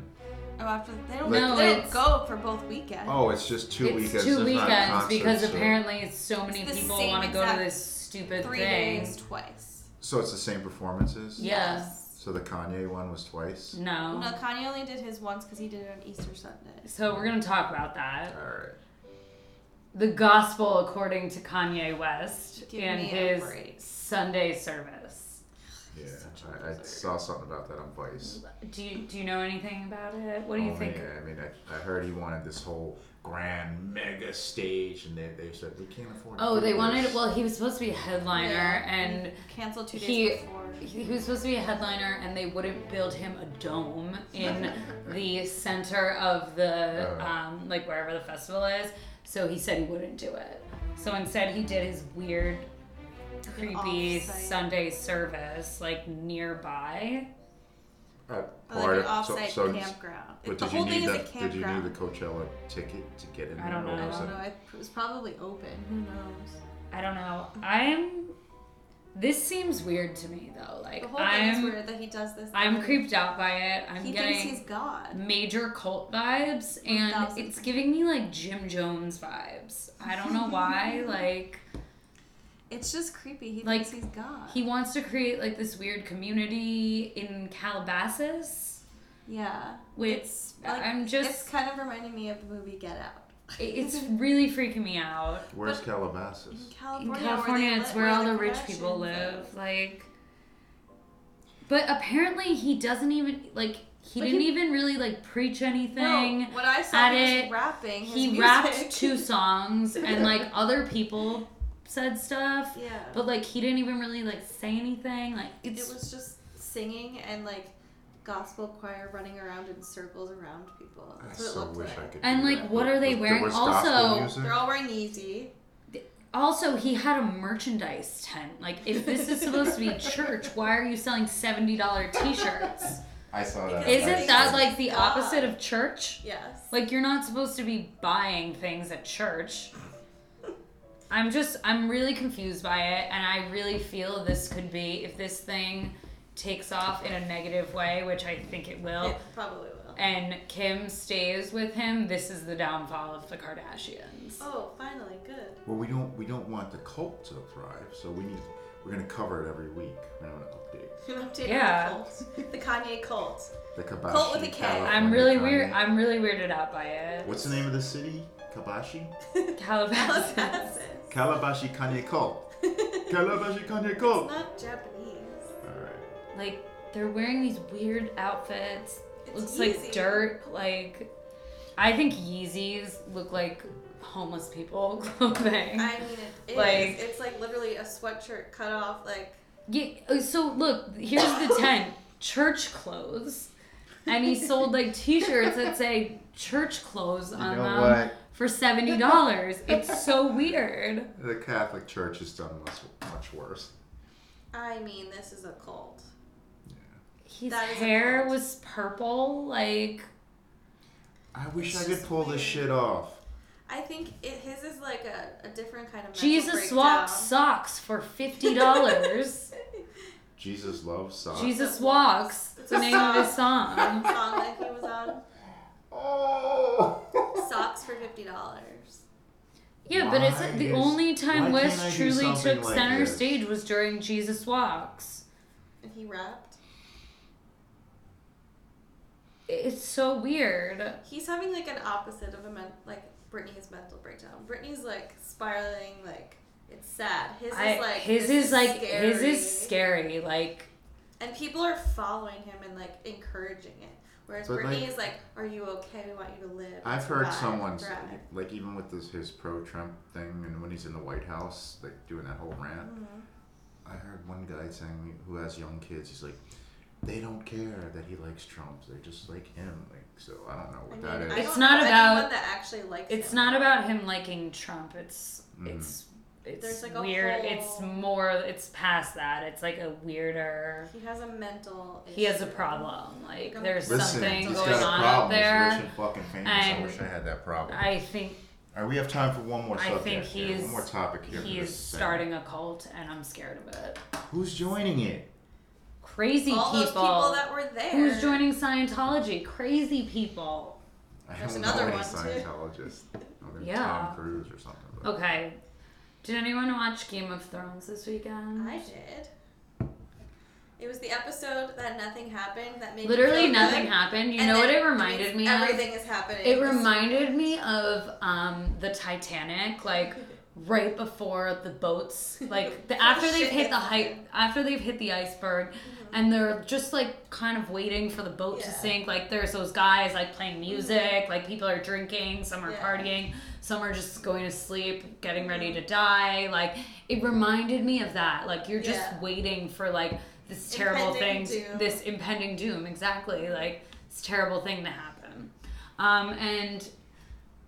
Speaker 4: Oh, after they don't,
Speaker 3: No,
Speaker 4: they don't
Speaker 3: it's-
Speaker 4: go for both weekends.
Speaker 2: Oh, it's just two
Speaker 3: it's
Speaker 2: weekends.
Speaker 3: two
Speaker 2: there's not
Speaker 3: weekends because
Speaker 2: concerts, so-
Speaker 3: apparently so many
Speaker 4: It's the
Speaker 3: people
Speaker 4: same
Speaker 3: want to go to
Speaker 4: exact
Speaker 3: this stupid
Speaker 4: Three
Speaker 3: thing.
Speaker 4: days twice.
Speaker 2: So it's the same performances.
Speaker 3: Yeah.
Speaker 2: So the Kanye one was twice.
Speaker 3: No.
Speaker 4: No, Kanye only did his once because he did it on Easter Sunday.
Speaker 3: Mm-hmm. So we're going to talk about that.
Speaker 2: All right.
Speaker 3: the gospel according to Kanye West
Speaker 4: Give
Speaker 3: in
Speaker 4: me a
Speaker 3: his
Speaker 4: break.
Speaker 3: Sunday service.
Speaker 2: Yeah,
Speaker 4: Such a
Speaker 2: I, I
Speaker 4: loser.
Speaker 2: saw something about that on Vice.
Speaker 3: Do you, do you know anything about it? What do you
Speaker 2: Only,
Speaker 3: think?
Speaker 2: I mean, I, I heard he wanted this whole grand mega stage, and they, they said we can't afford. to
Speaker 3: Oh,
Speaker 2: do
Speaker 3: they
Speaker 2: this."
Speaker 3: wanted. Well, he was supposed to be a headliner,
Speaker 4: Yeah.
Speaker 3: and
Speaker 4: Cancel two days
Speaker 3: he-
Speaker 4: before.
Speaker 3: he was supposed to be a headliner, and they wouldn't build him a dome in the center of the
Speaker 2: Oh.
Speaker 3: um, like wherever the festival is. So he said he wouldn't do it. So instead, he did his weird, creepy
Speaker 4: offsite.
Speaker 3: Sunday service like nearby.
Speaker 2: Uh,
Speaker 4: But Oh, like an
Speaker 2: part of- so-
Speaker 4: offsite
Speaker 2: so-
Speaker 4: campground.
Speaker 2: But
Speaker 4: the
Speaker 2: did
Speaker 4: whole
Speaker 2: you
Speaker 4: thing
Speaker 2: need
Speaker 4: is
Speaker 2: that?
Speaker 4: a
Speaker 2: Did you need
Speaker 4: campground.
Speaker 2: the Coachella ticket to get in there?
Speaker 3: I don't
Speaker 2: or
Speaker 3: know.
Speaker 2: was
Speaker 4: I don't
Speaker 2: it-
Speaker 4: know. It was probably open. Who knows?
Speaker 3: I don't know. I'm. This seems weird to me though. Like
Speaker 4: The whole thing is
Speaker 3: I'm.
Speaker 4: weird that he does this.
Speaker 3: I'm
Speaker 4: thing.
Speaker 3: creeped out by it. I'm
Speaker 4: He
Speaker 3: getting.
Speaker 4: thinks he's God.
Speaker 3: major cult vibes and
Speaker 4: Thousand
Speaker 3: it's
Speaker 4: percent.
Speaker 3: giving me like Jim Jones vibes. I don't know why. like
Speaker 4: It's just creepy. He
Speaker 3: Like,
Speaker 4: thinks he's God.
Speaker 3: he wants to create like this weird community in Calabasas.
Speaker 4: yeah.
Speaker 3: Which
Speaker 4: It's like-
Speaker 3: I'm
Speaker 4: It's
Speaker 3: just
Speaker 4: kind of reminding me of the movie Get Out.
Speaker 3: it- it's really freaking me out.
Speaker 2: Where's
Speaker 4: But- In
Speaker 2: Calabasas?
Speaker 4: California,
Speaker 3: In
Speaker 4: where they
Speaker 3: California
Speaker 4: li-
Speaker 3: it's where all the rich
Speaker 4: Kardashians
Speaker 3: people live. Like but apparently he doesn't even like he
Speaker 4: But
Speaker 3: didn't
Speaker 4: he-
Speaker 3: even really like preach anything.
Speaker 4: No, when I saw
Speaker 3: at
Speaker 4: him
Speaker 3: it,
Speaker 4: just rapping, his
Speaker 3: he
Speaker 4: music.
Speaker 3: rapped two songs and like other people said stuff
Speaker 4: Yeah.
Speaker 3: but like he didn't even really like say anything like
Speaker 4: it
Speaker 3: it's
Speaker 4: was just singing and like gospel choir running around in circles around people.
Speaker 2: I
Speaker 4: That's what it
Speaker 2: so
Speaker 4: looked
Speaker 2: wish
Speaker 4: like.
Speaker 2: I could.
Speaker 3: And,
Speaker 2: do
Speaker 3: like,
Speaker 2: that.
Speaker 3: what are
Speaker 2: Was-
Speaker 3: they
Speaker 2: there
Speaker 3: wearing?
Speaker 2: was gospel
Speaker 3: Also-
Speaker 2: music?
Speaker 4: They're all wearing Yeezy.
Speaker 3: also he had a merchandise tent like if this is supposed to be church why are you selling $70 t-shirts
Speaker 2: I saw that.
Speaker 4: Because-
Speaker 3: isn't that like the opposite of church
Speaker 4: Yes.
Speaker 3: like you're not supposed to be buying things at church i'm just i'm really confused by it and i really feel this could be if this thing takes off in a negative way which i think it will
Speaker 4: It probably will.
Speaker 3: and Kim stays with him, this is the downfall of the Kardashians.
Speaker 4: Oh, finally, good.
Speaker 2: Well, we don't we don't want the cult to thrive, so we need we're gonna cover it every week. We're gonna update
Speaker 4: An update
Speaker 3: Yeah.
Speaker 4: on the cult. The Kanye cult.
Speaker 2: the Kabashi.
Speaker 4: Cult with a K.
Speaker 2: California
Speaker 3: I'm really
Speaker 2: Kanye.
Speaker 3: weird. I'm really weirded out by it.
Speaker 2: Oh What's the name of the city? Kabashi.
Speaker 3: Calabasas.
Speaker 4: Calabasas.
Speaker 2: Kalabashi Kanye cult.
Speaker 4: it's
Speaker 2: Kalabashi Kanye cult.
Speaker 4: not Japanese.
Speaker 2: All right.
Speaker 3: like they're wearing these weird outfits.
Speaker 4: It's
Speaker 3: Looks
Speaker 4: Yeezy.
Speaker 3: like dirt. Like I think Yeezys look like homeless people clothing.
Speaker 4: I mean, it is.
Speaker 3: Like-
Speaker 4: it's like literally a sweatshirt cut off. Like
Speaker 3: Yeah, uh, so look, here's the tent. Church clothes. And he sold like t-shirts that say church clothes on
Speaker 2: know
Speaker 3: them
Speaker 4: Uh-huh.
Speaker 2: what?
Speaker 3: for $70. It's so weird.
Speaker 2: The Catholic Church has done less, much worse.
Speaker 4: I mean, this is a cult.
Speaker 3: His
Speaker 4: That is a
Speaker 3: hair
Speaker 4: cult.
Speaker 3: was purple, like
Speaker 2: I wish
Speaker 4: It's
Speaker 2: I could
Speaker 4: just
Speaker 2: pull this
Speaker 4: weird.
Speaker 2: shit off.
Speaker 4: I think it, his is like a, a different kind of mental
Speaker 3: Jesus swapped
Speaker 4: breakdown.
Speaker 3: socks for fifty dollars.
Speaker 2: Jesus loves socks.
Speaker 3: Jesus walks. It's the name of his song.
Speaker 4: song that he was on.
Speaker 2: Oh.
Speaker 4: Socks for fifty dollars.
Speaker 3: Yeah, but it's
Speaker 2: Why
Speaker 3: the
Speaker 2: is-
Speaker 3: only time
Speaker 2: why can't I do
Speaker 3: West truly
Speaker 2: something
Speaker 3: took
Speaker 2: like
Speaker 3: center
Speaker 2: this?
Speaker 3: stage was during Jesus walks.
Speaker 4: And he rapped.
Speaker 3: It's so weird.
Speaker 4: He's having like an opposite of a men- like Britney's mental breakdown. Britney's like spiraling. Like it's sad. His
Speaker 3: I-
Speaker 4: is like
Speaker 3: his
Speaker 4: this
Speaker 3: is like his
Speaker 4: scary.
Speaker 3: is scary. Like
Speaker 4: And people are following him and like encouraging it. Whereas
Speaker 2: But,
Speaker 4: Britney
Speaker 2: like-
Speaker 4: is like, "Are you okay? We want you to live."
Speaker 2: I've heard
Speaker 4: Thrive,
Speaker 2: someone s-
Speaker 4: thrive."
Speaker 2: like even with this his pro Trump thing and when he's in the White House like doing that whole rant.
Speaker 3: Mm-hmm.
Speaker 2: I heard one guy saying who has young kids. He's like, they don't care that he likes Trump. They're just like him. Like so, I don't know
Speaker 4: I
Speaker 2: what
Speaker 4: mean,
Speaker 2: that is.
Speaker 4: I
Speaker 3: It's
Speaker 4: don't
Speaker 3: not
Speaker 4: know
Speaker 3: about-
Speaker 4: anyone that actually likes.
Speaker 3: it's
Speaker 4: him.
Speaker 3: not about him liking Trump. It's
Speaker 2: Hmm.
Speaker 3: it's it's
Speaker 4: There's, like, a
Speaker 3: weird.
Speaker 4: whole-
Speaker 3: It's more. It's past that. It's like a weirder.
Speaker 4: He has a mental.
Speaker 3: he has a
Speaker 4: issue.
Speaker 3: problem. Like
Speaker 4: Like,
Speaker 3: there's
Speaker 4: I'm-
Speaker 2: Listen,
Speaker 3: something
Speaker 2: he's
Speaker 3: going
Speaker 2: got
Speaker 3: on
Speaker 2: a problem.
Speaker 3: out
Speaker 2: He's
Speaker 3: there.
Speaker 2: rich and fucking famous. I
Speaker 3: and
Speaker 2: wish I had that problem.
Speaker 3: I think
Speaker 2: All right, we have time for one more
Speaker 3: I
Speaker 2: subject.
Speaker 3: think
Speaker 2: here,
Speaker 3: he's-
Speaker 2: one more topic here. for
Speaker 3: he's
Speaker 2: this segment.
Speaker 3: starting a cult, and I'm scared of it.
Speaker 2: Who's joining it?
Speaker 3: Crazy
Speaker 4: All
Speaker 3: people.
Speaker 4: those people that were there.
Speaker 3: Who's joining Scientology? Crazy people.
Speaker 2: I
Speaker 4: There's
Speaker 2: don't
Speaker 4: another
Speaker 2: know any
Speaker 4: one, too.
Speaker 2: Scientologist. Other than
Speaker 3: Yeah.
Speaker 2: Tom Cruise or something. but-
Speaker 3: Okay. Did anyone watch Game of Thrones this weekend?
Speaker 4: I did. It was the episode that nothing happened that made me
Speaker 3: Literally
Speaker 4: feel
Speaker 3: nothing
Speaker 4: good,
Speaker 3: happened. You
Speaker 4: and
Speaker 3: know what
Speaker 4: then
Speaker 3: it reminded me of?
Speaker 4: Everything is happening.
Speaker 3: It reminded me of um, the Titanic, like right before the boats, like the, after they've
Speaker 4: Shit
Speaker 3: hit the
Speaker 4: hits
Speaker 3: height, after they've hit the iceberg, and they're just like kind of waiting for the boat to
Speaker 4: Yeah. Mm-hmm.
Speaker 3: sink. Like there's those guys like playing music, like people are drinking, some are
Speaker 4: Yeah.
Speaker 3: partying, some are just going to sleep, getting ready
Speaker 4: Mm-hmm.
Speaker 3: to die. Like it reminded me of that. Like you're just
Speaker 4: Yeah.
Speaker 3: waiting for like this terrible thing,
Speaker 4: Impending
Speaker 3: to-
Speaker 4: doom.
Speaker 3: this impending doom. Exactly, like this terrible thing to happen. Um, and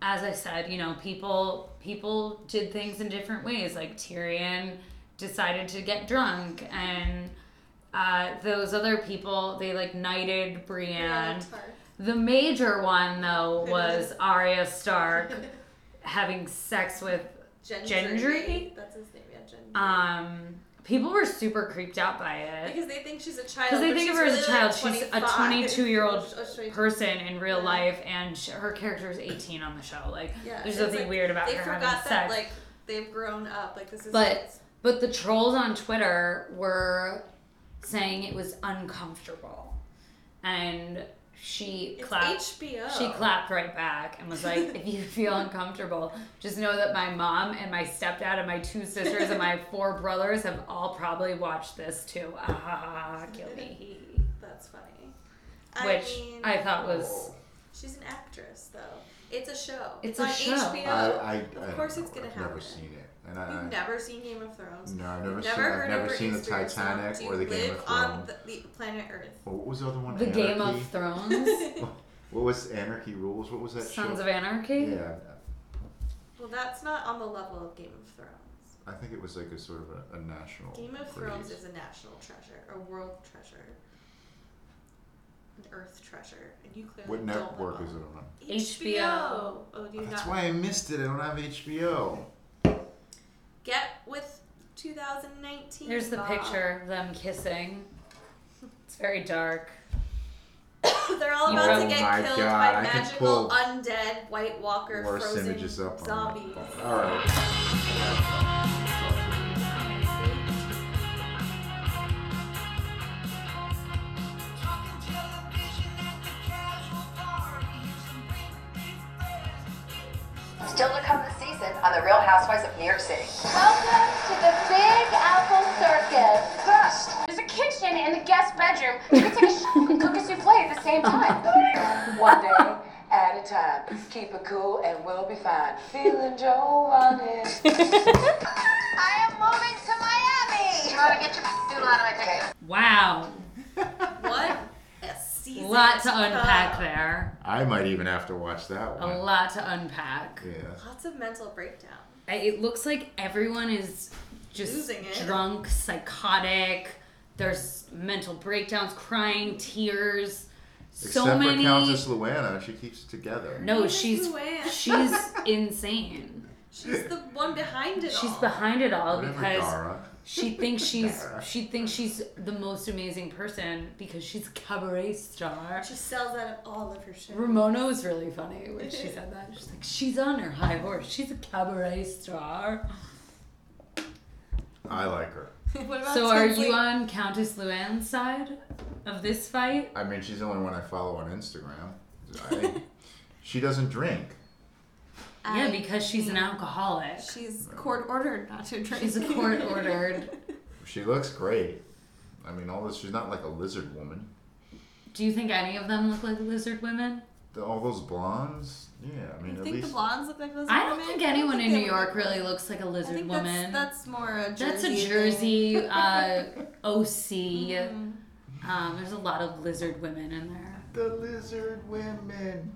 Speaker 3: as I said, you know, people people did things in different ways. Like Tyrion decided to get drunk, and uh, those other people they like knighted
Speaker 4: Yeah,
Speaker 3: Brienne.
Speaker 4: that's hard.
Speaker 3: The major one though
Speaker 4: Who
Speaker 3: was
Speaker 4: knows?
Speaker 3: Arya Stark having sex with. Gendry?
Speaker 4: That's his name, yeah, Gendry.
Speaker 3: Um, people were super creeped out by it.
Speaker 4: because they think she's a child.
Speaker 3: 'Cause they
Speaker 4: but
Speaker 3: think of
Speaker 4: she's
Speaker 3: her as a
Speaker 4: really,
Speaker 3: child.
Speaker 4: like,
Speaker 3: She's a
Speaker 4: 25.
Speaker 3: 22-year-old
Speaker 4: Oh, she's 22.
Speaker 3: Person in real
Speaker 4: Yeah.
Speaker 3: life, and sh- her character is 18 on the show. Like,
Speaker 4: Yeah,
Speaker 3: there's
Speaker 4: it's
Speaker 3: nothing
Speaker 4: like,
Speaker 3: weird about
Speaker 4: They
Speaker 3: her
Speaker 4: forgot
Speaker 3: having
Speaker 4: that
Speaker 3: sex.
Speaker 4: like they've grown up. Like this is.
Speaker 3: But- But the trolls on Twitter were saying it was uncomfortable. And she
Speaker 4: it's
Speaker 3: clapped.
Speaker 4: HBO.
Speaker 3: She clapped right back and was like, if you feel uncomfortable, just know that my mom and my stepdad and my two sisters and my four brothers have all probably watched this too. Ah, ha, ha, ha, kill me.
Speaker 4: That's funny.
Speaker 3: Which
Speaker 4: I, mean,
Speaker 3: I thought Oh, was.
Speaker 4: sheshe's an actress though. It's a show.
Speaker 3: It's
Speaker 4: on
Speaker 3: a show.
Speaker 2: I,
Speaker 4: HBO.
Speaker 2: I,
Speaker 4: of
Speaker 2: I
Speaker 4: course
Speaker 2: don't
Speaker 4: it's gonna
Speaker 2: know. I've
Speaker 4: happen.
Speaker 2: Never seen it, and I,
Speaker 4: You've
Speaker 2: I-
Speaker 4: never seen Game of Thrones.
Speaker 2: no, I've never,
Speaker 4: You've
Speaker 2: seen.
Speaker 4: heard
Speaker 2: I've
Speaker 4: of
Speaker 2: never
Speaker 4: her
Speaker 2: seen the
Speaker 4: Easter egg song.
Speaker 2: Titanic
Speaker 4: Do
Speaker 2: or the
Speaker 4: you
Speaker 2: Game
Speaker 4: live
Speaker 2: of
Speaker 4: on
Speaker 2: Thrones.
Speaker 4: the, the planet Earth.
Speaker 2: What was the other one?
Speaker 3: The Game of
Speaker 2: Anarchy?
Speaker 3: Thrones,
Speaker 2: What was Anarchy Rules? What was that
Speaker 3: Sons
Speaker 2: show?
Speaker 3: of Anarchy.
Speaker 2: yeah,
Speaker 4: well, that's not on the level of Game of Thrones.
Speaker 2: I think it was like a sort of a, a national.
Speaker 4: Game of
Speaker 2: craze.
Speaker 4: Thrones is a national treasure, a world treasure, an Earth treasure, and you clearly
Speaker 2: What
Speaker 4: don't
Speaker 2: network
Speaker 4: live
Speaker 2: is it
Speaker 4: on.
Speaker 2: on?
Speaker 3: HBO.
Speaker 4: HBO. Oh, do you
Speaker 2: That's
Speaker 4: not
Speaker 2: why I missed it. I don't have HBO.
Speaker 4: get with 2019?
Speaker 3: Here's the
Speaker 4: Bob.
Speaker 3: picture of them kissing. It's very dark.
Speaker 4: They're all
Speaker 3: You
Speaker 4: about to
Speaker 3: wrote-
Speaker 4: get
Speaker 2: Oh my
Speaker 4: killed
Speaker 2: God,
Speaker 4: by
Speaker 2: I could
Speaker 4: magical
Speaker 2: pull
Speaker 4: undead White Walker
Speaker 2: Worst
Speaker 4: frozen
Speaker 2: images up. on my
Speaker 4: zombies.
Speaker 2: phone. All right.
Speaker 5: Talking television at the casual party, using big, big friends.
Speaker 6: Still to come this season on The Real Housewives of New York City.
Speaker 7: Welcome to the Big Apple Circus. Best. There's a kitchen in the guest bedroom. You can take a sh- and cook a souffle at the same time.
Speaker 6: One day at a time. Keep it cool and we'll be fine. Feeling Giovanni.
Speaker 7: I am moving to Miami. You want to get your doodle out of my picture?
Speaker 3: Wow,
Speaker 4: What a season.
Speaker 3: lot to
Speaker 4: come.
Speaker 3: unpack there.
Speaker 2: I might even have to watch that
Speaker 3: A
Speaker 2: one.
Speaker 3: lot to unpack.
Speaker 2: Yeah.
Speaker 4: Lots of mental breakdown.
Speaker 3: I- It looks like everyone is just
Speaker 4: Losing it.
Speaker 3: drunk, psychotic. There's mental breakdowns, crying, tears.
Speaker 2: Except
Speaker 3: so
Speaker 2: for
Speaker 3: many.
Speaker 2: Countess Luana, she keeps it together.
Speaker 3: no,
Speaker 4: Countess
Speaker 3: Oh, she's
Speaker 4: Luann.
Speaker 3: she's insane.
Speaker 4: She's the one behind it
Speaker 3: She's
Speaker 4: all.
Speaker 3: behind it all
Speaker 2: Whatever,
Speaker 3: because
Speaker 2: Dara.
Speaker 3: she thinks she's she thinks she's the most amazing person because she's a cabaret star.
Speaker 4: She sells out of all of her shit.
Speaker 3: Ramona was really funny when she said that. She's like, she's on her high horse. She's a cabaret star.
Speaker 2: I like her.
Speaker 4: What about
Speaker 3: So are
Speaker 4: Tinsley?
Speaker 3: you on Countess Luann's side of this fight?
Speaker 2: I mean, she's the only one I follow on Instagram. I, she doesn't drink.
Speaker 3: yeah,
Speaker 8: I
Speaker 3: because she's an
Speaker 8: mean,
Speaker 3: alcoholic.
Speaker 8: She's court ordered not to drink.
Speaker 3: She's a court ordered.
Speaker 2: She looks great. I mean, all this. She's not like a lizard woman.
Speaker 3: Do you think any of them look like lizard women?
Speaker 2: The- all those blondes. Yeah, I mean,
Speaker 8: You
Speaker 2: at
Speaker 8: think
Speaker 2: least.
Speaker 8: the blondes look like those?
Speaker 3: I don't
Speaker 8: women?
Speaker 3: think anyone
Speaker 8: think
Speaker 3: in
Speaker 8: they
Speaker 3: New
Speaker 8: look-
Speaker 3: York really looks like a
Speaker 8: I
Speaker 3: lizard
Speaker 8: think
Speaker 3: woman.
Speaker 8: That's, that's more a Jersey.
Speaker 3: That's a
Speaker 8: thing.
Speaker 3: Jersey uh, OC.
Speaker 4: Mm-hmm.
Speaker 3: Um, there's a lot of lizard women in there.
Speaker 2: the lizard women.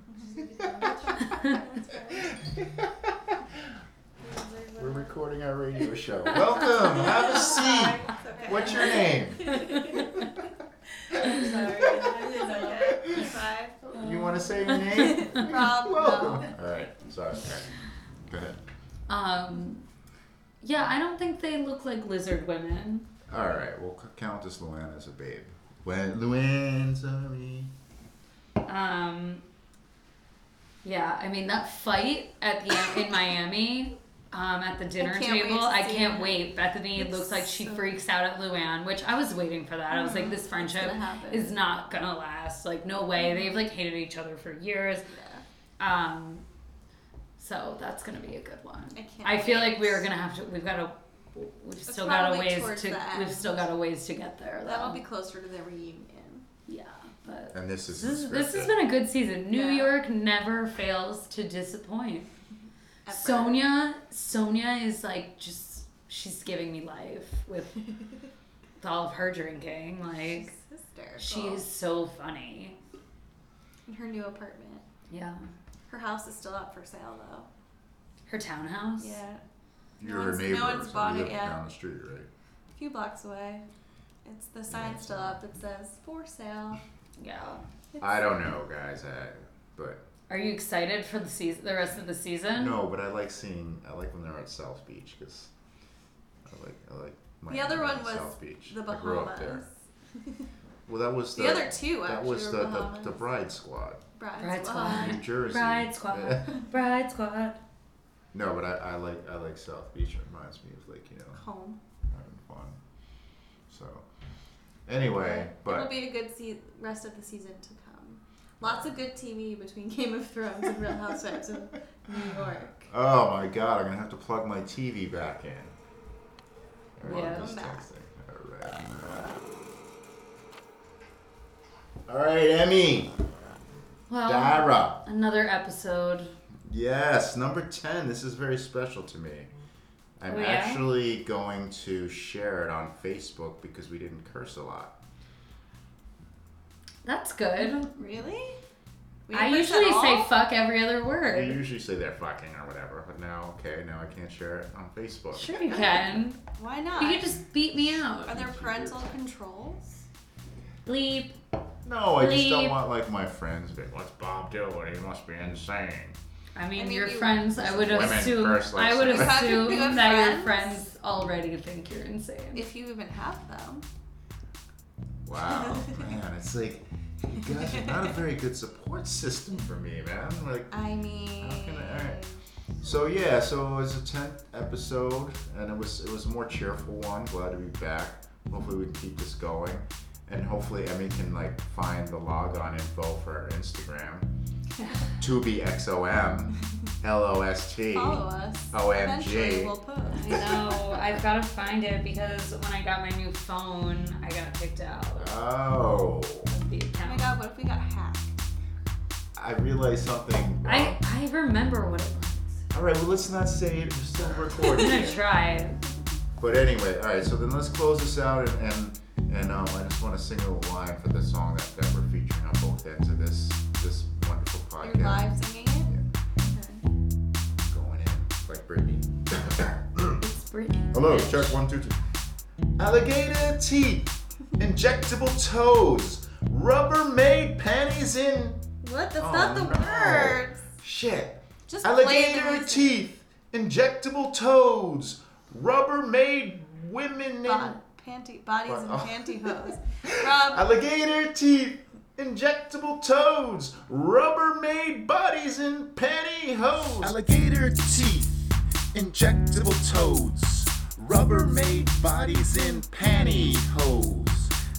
Speaker 2: We're recording our radio show. Welcome. Have a seat.
Speaker 4: It's okay.
Speaker 2: What's your name?
Speaker 4: I'm sorry. It's okay. Five.
Speaker 2: You want to say your name?
Speaker 8: Rob,
Speaker 2: Welcome. All right. Sorry. Go ahead.
Speaker 3: Um, yeah, I don't think they look like lizard women.
Speaker 2: All right. We'll c- count this Luann as a babe. When Luann, sorry.
Speaker 3: Um, yeah, I mean that fight at the in Miami um, at the dinner
Speaker 4: can't wait
Speaker 3: table.
Speaker 4: to
Speaker 3: I
Speaker 4: see
Speaker 3: can't
Speaker 4: her.
Speaker 3: wait. Bethany
Speaker 4: It's
Speaker 3: looks like she
Speaker 4: so- Mm-hmm.
Speaker 3: freaks out at Luann, which I was waiting for that. I was like, this friendship
Speaker 4: gonna happen. Mm-hmm.
Speaker 3: is not gonna last. Like, no way. They've like hated each other for years. Um, so that's gonna be a good one.
Speaker 4: I can't
Speaker 3: I feel
Speaker 4: wait.
Speaker 3: like we are gonna have to. We've got to. We've still got a
Speaker 4: probably
Speaker 3: ways
Speaker 4: towards
Speaker 3: to.
Speaker 4: the end.
Speaker 3: We've still got a ways to get there. Though.
Speaker 4: That'll be closer to the reunion.
Speaker 3: yeah, but.
Speaker 2: And this is
Speaker 3: This,
Speaker 2: the
Speaker 3: is, this has
Speaker 2: script.
Speaker 3: been a good season. New
Speaker 4: Yeah.
Speaker 3: York never fails to disappoint.
Speaker 4: Ever.
Speaker 3: Sonia, Sonia is like just she's giving me life with, with all of her drinking. Like
Speaker 4: She's hysterical.
Speaker 3: she is so funny.
Speaker 4: in her new apartment.
Speaker 3: Yeah,
Speaker 4: Her house is still up for sale though.
Speaker 3: her townhouse.
Speaker 4: Yeah,
Speaker 2: You're
Speaker 4: no
Speaker 2: her
Speaker 4: one's- no
Speaker 2: neighbor.
Speaker 4: one's
Speaker 2: so you
Speaker 4: bought it
Speaker 2: live
Speaker 4: yet.
Speaker 2: Down the street, right?
Speaker 4: a few blocks away. It's the sign's still up. It says for sale.
Speaker 3: yeah.
Speaker 2: I don't know, guys. I, but
Speaker 3: Are you excited for the season? The rest of the season?
Speaker 2: no, but I like seeing. I like when they're at South Beach because I like. I like. Miami
Speaker 4: The other
Speaker 2: and
Speaker 4: one was
Speaker 2: South Beach.
Speaker 4: the
Speaker 2: I grew up there.
Speaker 4: Bahamas.
Speaker 2: Well, that was the,
Speaker 4: The other two
Speaker 2: That
Speaker 4: actually
Speaker 2: was
Speaker 4: were
Speaker 2: the, the
Speaker 4: Bahamas.
Speaker 2: the Bride Squad,
Speaker 4: Bride's,
Speaker 3: Bride
Speaker 4: Wife.
Speaker 3: Squad.
Speaker 2: New Jersey.
Speaker 3: Bride squad. Bride squad.
Speaker 2: no, but I, I like I like South Beach. It reminds me of like you know
Speaker 4: Home.
Speaker 2: having fun. So anyway,
Speaker 4: It'll
Speaker 2: but
Speaker 4: be a good se- rest of the season to come. Lots of good TV between Game of Thrones and Real Housewives of New York.
Speaker 2: oh my god, I'm gonna have to plug my TV back in. All right,
Speaker 3: Yeah.
Speaker 2: just
Speaker 4: Come back.
Speaker 2: texting. All right. All right, Emmy,
Speaker 3: Well,
Speaker 2: Dara.
Speaker 3: another episode.
Speaker 2: Yes, number 10. This is very special to me. I'm
Speaker 3: Oh, yeah?
Speaker 2: actually going to share it on Facebook because we didn't curse a lot.
Speaker 3: That's good.
Speaker 4: Really? We
Speaker 3: I
Speaker 4: didn't curse at
Speaker 3: usually say
Speaker 4: all?
Speaker 3: fuck every other
Speaker 2: I
Speaker 3: word.
Speaker 2: usually say they're fucking or whatever, but now, okay, now I can't share it on Facebook.
Speaker 3: Sure you can.
Speaker 4: Why not?
Speaker 3: You could just beat me out.
Speaker 4: Are there parental controls?
Speaker 3: Bleep.
Speaker 2: No, I just don't
Speaker 3: Bleep.
Speaker 2: want, like, my friends be, what's Bob doing? He must be insane.
Speaker 3: I mean,
Speaker 4: I mean,
Speaker 3: your
Speaker 4: you-
Speaker 3: friends. I would
Speaker 2: Women
Speaker 3: assume.
Speaker 2: first, like
Speaker 3: I would
Speaker 2: so.
Speaker 4: Have you-
Speaker 3: assume
Speaker 4: you have
Speaker 3: that your
Speaker 4: friends?
Speaker 3: friends already think you're insane.
Speaker 4: If you even have them.
Speaker 2: Wow, man, it's like, you guys are not a very good support system for me, man. Like,
Speaker 4: I mean,
Speaker 2: I- alright. So yeah, so it was the tenth episode, and it was it was a more cheerful one. Glad to be back. Hopefully we can keep this going, and hopefully Emmy can like find the logon info for her Instagram. to be XOM, LOST.
Speaker 4: follow us.
Speaker 2: OMG.
Speaker 4: Eventually we'll post.
Speaker 3: I know. I've got to find it because when I got my new phone, I got kicked out
Speaker 2: Oh,
Speaker 3: of the
Speaker 4: Oh my
Speaker 3: account.
Speaker 4: god, what if we got hacked?
Speaker 2: I realized something.
Speaker 3: I I remember what it was.
Speaker 2: All right, well let's not say it. We're still recording.
Speaker 3: I'm gonna try. it.
Speaker 2: But anyway, all right. So then let's close this out, and and, and um, I just want to sing a little line for the song that, that we're featuring on both ends of this this wonderful
Speaker 4: You're
Speaker 2: podcast.
Speaker 4: live singing it? Okay.
Speaker 2: Going in like Britney.
Speaker 3: It's Brittany.
Speaker 2: Hello, check one two two. Alligator teeth, injectable toes, Rubbermaid panties in
Speaker 4: What? That's
Speaker 2: Oh,
Speaker 4: not the
Speaker 2: no.
Speaker 4: words.
Speaker 2: shit.
Speaker 4: Just play the
Speaker 2: Alligator
Speaker 4: music.
Speaker 2: teeth, injectable toes, Rubbermaid women in
Speaker 4: Bod- panty, bodies and
Speaker 2: Oh.
Speaker 4: pantyhose. Rob,
Speaker 2: Alligator teeth, injectable toads, rubber-made bodies in pantyhose. Alligator teeth, injectable toads, rubber-made bodies in pantyhose.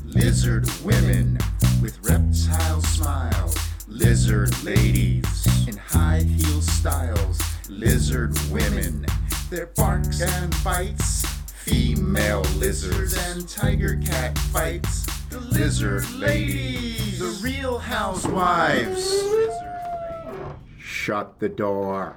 Speaker 2: Lizard women with reptile smiles, lizard ladies in high heel styles, lizard women, their barks and bites female lizards and tiger cat fights the lizard ladies the real housewives shut the door